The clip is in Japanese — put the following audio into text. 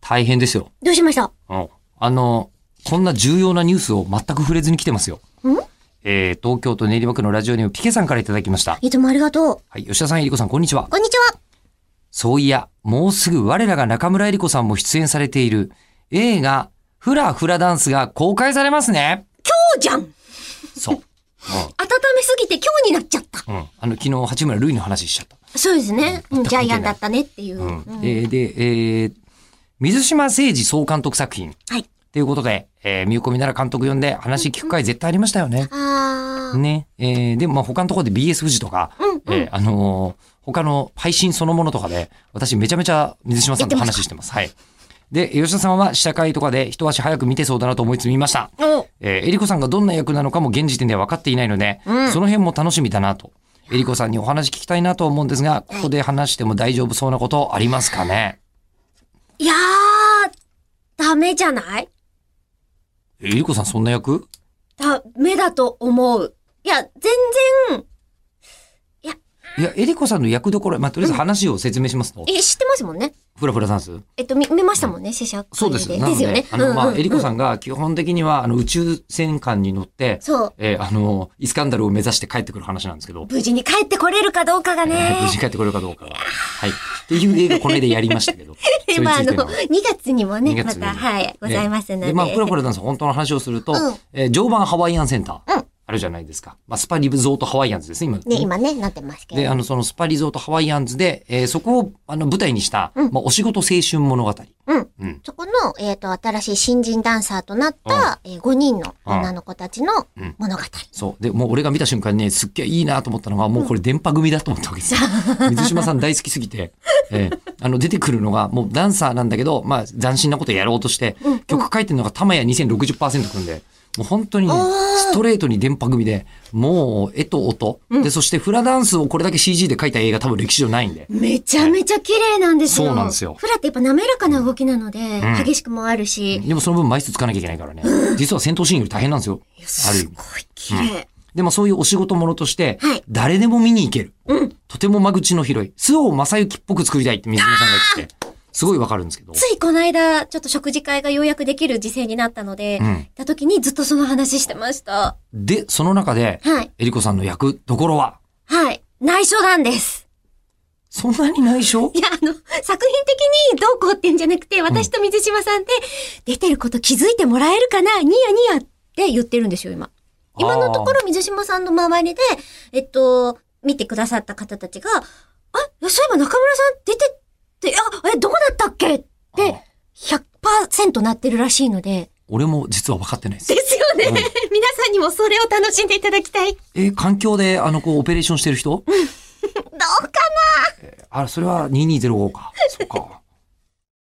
大変ですよ。どうしましたうんあの、こんな重要なニュースを全く触れずに来てますよ。んえー、東京都練馬区のラジオネームピケさんからいただきました。いつもありがとう。はい、吉田さん、えりこさん、こんにちは。こんにちは。そういや、もうすぐ我らが中村えりこさんも出演されている映画、フラフラダンスが公開されますね。今日じゃん温そう。めすぎて今日になっちゃった。うん。うん。あの、昨日、八村塁の話しちゃった。そうですね。うんジャイアンだったねっていう。うん。うんえーで、えー、水島誠二総監督作品。はい。ということで、えー、見込みなら監督呼んで話聞く会絶対ありましたよね。あー。ね。えー、でもまあ他のところで BS 富士とか、うんうんえーあのー他の配信そのものとかで、私めちゃめちゃ水島さんと話してます。はい。で、吉田さんは試写会とかで一足早く見てそうだなと思いつみました。おえー、えりこさんがどんな役なのかも現時点では分かっていないので、うんその辺も楽しみだなと。えりこさんにお話聞きたいなと思うんですが、ここで話しても大丈夫そうなことありますかねいやー、ダメじゃないえりこさんそんな役ダメだと思う。いや、全然、いや、えりこさんの役どころ、まあ、とりあえず話を説明しますと、え、知ってますもんね。フラフラダンス。えっと、見、見ましたもんね、試写会で。そうです。なでのすよでね、。あの、まあ、うんうんうんえりこさんが基本的には、あの、宇宙戦艦に乗って、そう。えーあの、イスカンダルを目指して帰ってくる話なんですけど、無事に帰ってこれるかどうかがえねー無。 事帰ってくるかどうかが。はい。っていう映画、この間やりました けど。それ につまあ、あいての、の2月にもね、 2ま月にた、はい、ございますのえで。まあ、フラフラダンス、本当の話をすると、うんえー常磐ハワイアンセンター、うんあるじゃないですか。まあ、スパリゾートハワイアンズですね、今。ね、今ね、なってますけで、ど。あの、そのスパリゾートハワイアンズで、えーそこを、あの、舞台にした、うんまあ、お仕事青春物語。うん。うん。そこの、えっ、と、新しい新人ダンサーとなった、えー5人の女の子たちのうん物語。そう。で、もう俺が見た瞬間にね、すっげえいいなと思ったのが、もうこれ電波組だと思ったわけですよ。水島さん大好きすぎて、ええあの、出てくるのが、もうダンサーなんだけど、まあ、斬新なことやろうとして、うん曲書いてるのが玉屋2060%くんで、もう本当にねおー、ストレートに電波組で、もう、絵と音、で、そしてフラダンスをこれだけ CG で書いた映画多分歴史上ないんで。めちゃめちゃ綺麗なんですよ。そうなんですよフラってやっぱ滑らかな動きなので、ん激しくもあるし、でもその分枚数つかなきゃいけない からね。実は戦闘シーンより大変なんですよ。ある意す味ごい。綺麗。でもそういうお仕事ものとしてはい、誰でも見に行ける。とても間口の広い。周防正幸っぽく作りたいって水野さんが言ってて、すごいわかるんですけど。ついこの間、ちょっと食事会がようやくできる時勢になったので、う行んった時にずっとその話してました。で、その中で、はい。えりこさんの役どころは、はい。内緒なんです。そんなに内緒いや、あの、作品的にどうこうってんじゃなくて、私と水島さんで、出てること気づいてもらえるかなニヤニヤって言ってるんですよ、今。今のとこあろ水島さんの周りで、えっと、見てくださった方たちが、あ、そういえば中村さん出てって、あ、え、どこだったっけっーあーて、100%なってるらしいので。俺も実は分かってないですで。すよね。うん 皆さんにもそれを楽しんでいただきたい。どえー環境で、あの、こう、オペレーションしてる人うかあ、それは2205か。